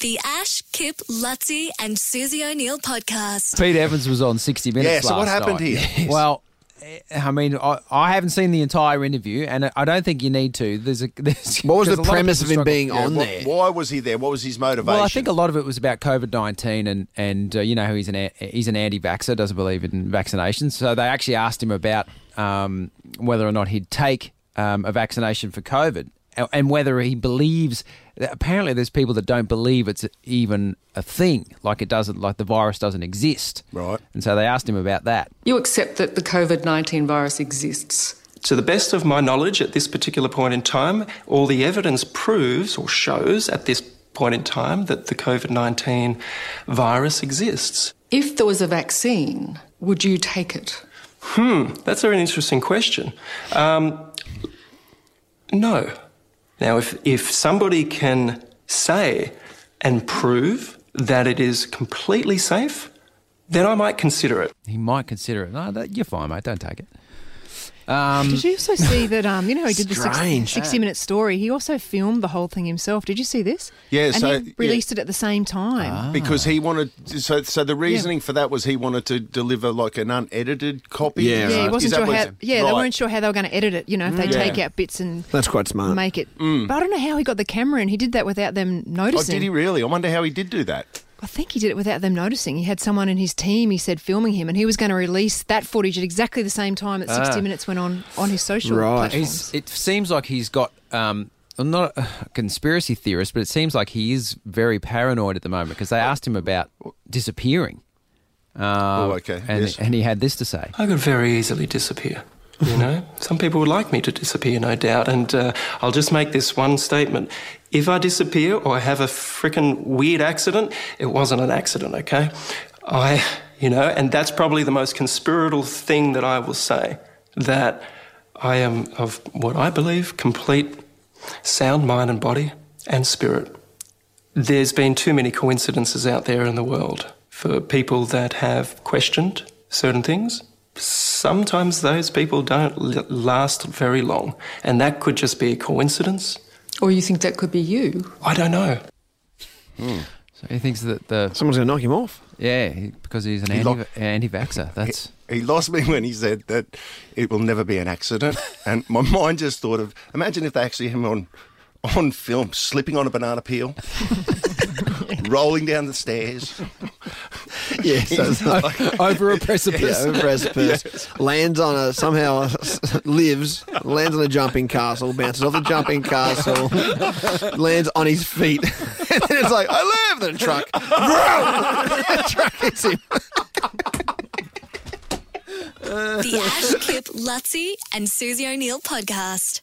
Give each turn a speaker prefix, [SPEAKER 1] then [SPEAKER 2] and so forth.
[SPEAKER 1] The Ash, Kip, Lutzi, and Susie O'Neill podcast.
[SPEAKER 2] Pete Evans was on 60 Minutes.
[SPEAKER 3] Yeah, so what
[SPEAKER 2] last
[SPEAKER 3] happened
[SPEAKER 2] night.
[SPEAKER 3] here? Yes.
[SPEAKER 2] Well, eh, I mean, I, I haven't seen the entire interview, and I don't think you need to. There's a there's,
[SPEAKER 4] What was
[SPEAKER 2] there's
[SPEAKER 4] the
[SPEAKER 2] a lot
[SPEAKER 4] premise of
[SPEAKER 2] people
[SPEAKER 4] him being
[SPEAKER 2] struggle-
[SPEAKER 4] on
[SPEAKER 3] Wh-
[SPEAKER 4] there?
[SPEAKER 3] Why was he there? What was his motivation?
[SPEAKER 2] Well, I think a lot of it was about COVID nineteen, and and uh, you know he's an a- he's an anti-vaxxer, doesn't believe in vaccinations. So they actually asked him about um, whether or not he'd take um, a vaccination for COVID, a- and whether he believes. Apparently, there's people that don't believe it's even a thing, like it doesn't, like the virus doesn't exist.
[SPEAKER 3] Right.
[SPEAKER 2] And so they asked him about that.
[SPEAKER 5] You accept that the COVID 19 virus exists.
[SPEAKER 6] To the best of my knowledge at this particular point in time, all the evidence proves or shows at this point in time that the COVID 19 virus exists.
[SPEAKER 5] If there was a vaccine, would you take it?
[SPEAKER 6] Hmm, that's a very interesting question. Um, no. Now, if, if somebody can say and prove that it is completely safe, then I might consider it.
[SPEAKER 2] He might consider it. No, that, you're fine, mate. Don't take it.
[SPEAKER 7] Did you also see that? Um, you know, he did the
[SPEAKER 4] Strange.
[SPEAKER 7] 60, 60 minute story. He also filmed the whole thing himself. Did you see this?
[SPEAKER 3] Yeah, Ah.
[SPEAKER 7] and
[SPEAKER 3] so-
[SPEAKER 7] he released it at the same time.
[SPEAKER 3] because he wanted so so the reasoning for that was he wanted to deliver like an unedited copy.
[SPEAKER 4] Yeah,
[SPEAKER 7] yeah, he
[SPEAKER 4] right.
[SPEAKER 7] wasn't
[SPEAKER 3] Is that
[SPEAKER 7] sure
[SPEAKER 3] what
[SPEAKER 7] how.
[SPEAKER 3] it's-
[SPEAKER 7] Yeah, they
[SPEAKER 3] right.
[SPEAKER 7] weren't sure how they were going to edit it. You know, if they take out bits and
[SPEAKER 4] That's quite smart.
[SPEAKER 7] make it. But I don't know how he got the camera, and he did that without them
[SPEAKER 3] Hmm. Oh,
[SPEAKER 7] noticing.
[SPEAKER 3] did he really? I wonder how he did do that.
[SPEAKER 7] I think he did it without them noticing. He had someone in his team, he said, filming him, and he was going to release that footage at exactly the same time
[SPEAKER 3] Ah.
[SPEAKER 7] that 60 Minutes went on on his social
[SPEAKER 4] Right.
[SPEAKER 7] platforms.
[SPEAKER 2] He's, it seems like he's got. Um, I'm not a conspiracy theorist, but it seems like he is very paranoid at the moment because they asked him about disappearing. Um,
[SPEAKER 3] Oh, okay.
[SPEAKER 2] And,
[SPEAKER 3] Yes.
[SPEAKER 2] and he had this to say.
[SPEAKER 6] I could very easily disappear. You know, some people would like me to disappear, no doubt. And uh, I'll just make this one statement. If I disappear or have a frickin' weird accident, it wasn't an accident, okay? I, you know, and that's probably the most conspiratorial thing that I will say that I am of what I believe complete sound mind and body and spirit. There's been too many coincidences out there in the world for people that have questioned certain things. Sometimes those people don't l- last very long, and that could just be a coincidence.
[SPEAKER 5] Or you think that could be you?
[SPEAKER 6] I don't know.
[SPEAKER 2] So he thinks that the
[SPEAKER 4] Someone's going to knock him off.
[SPEAKER 2] yeah he- because he's an
[SPEAKER 3] He lo-
[SPEAKER 2] anti anti vaxxer. That's
[SPEAKER 3] He lost me when he said that it will never be an accident, and my mind just thought of imagine if they actually had him on on film slipping on a banana peel, rolling down the stairs.
[SPEAKER 4] Yeah, so
[SPEAKER 2] over a precipice.
[SPEAKER 4] Yeah, over precipice. Lands on a somehow lives. Lands on a jumping castle. Bounces off the jumping castle. lands on his feet. and then it's like I live. Then a truck. the truck hits him.
[SPEAKER 1] The Ash, Kip, Lutzi, and Susie O'Neill podcast.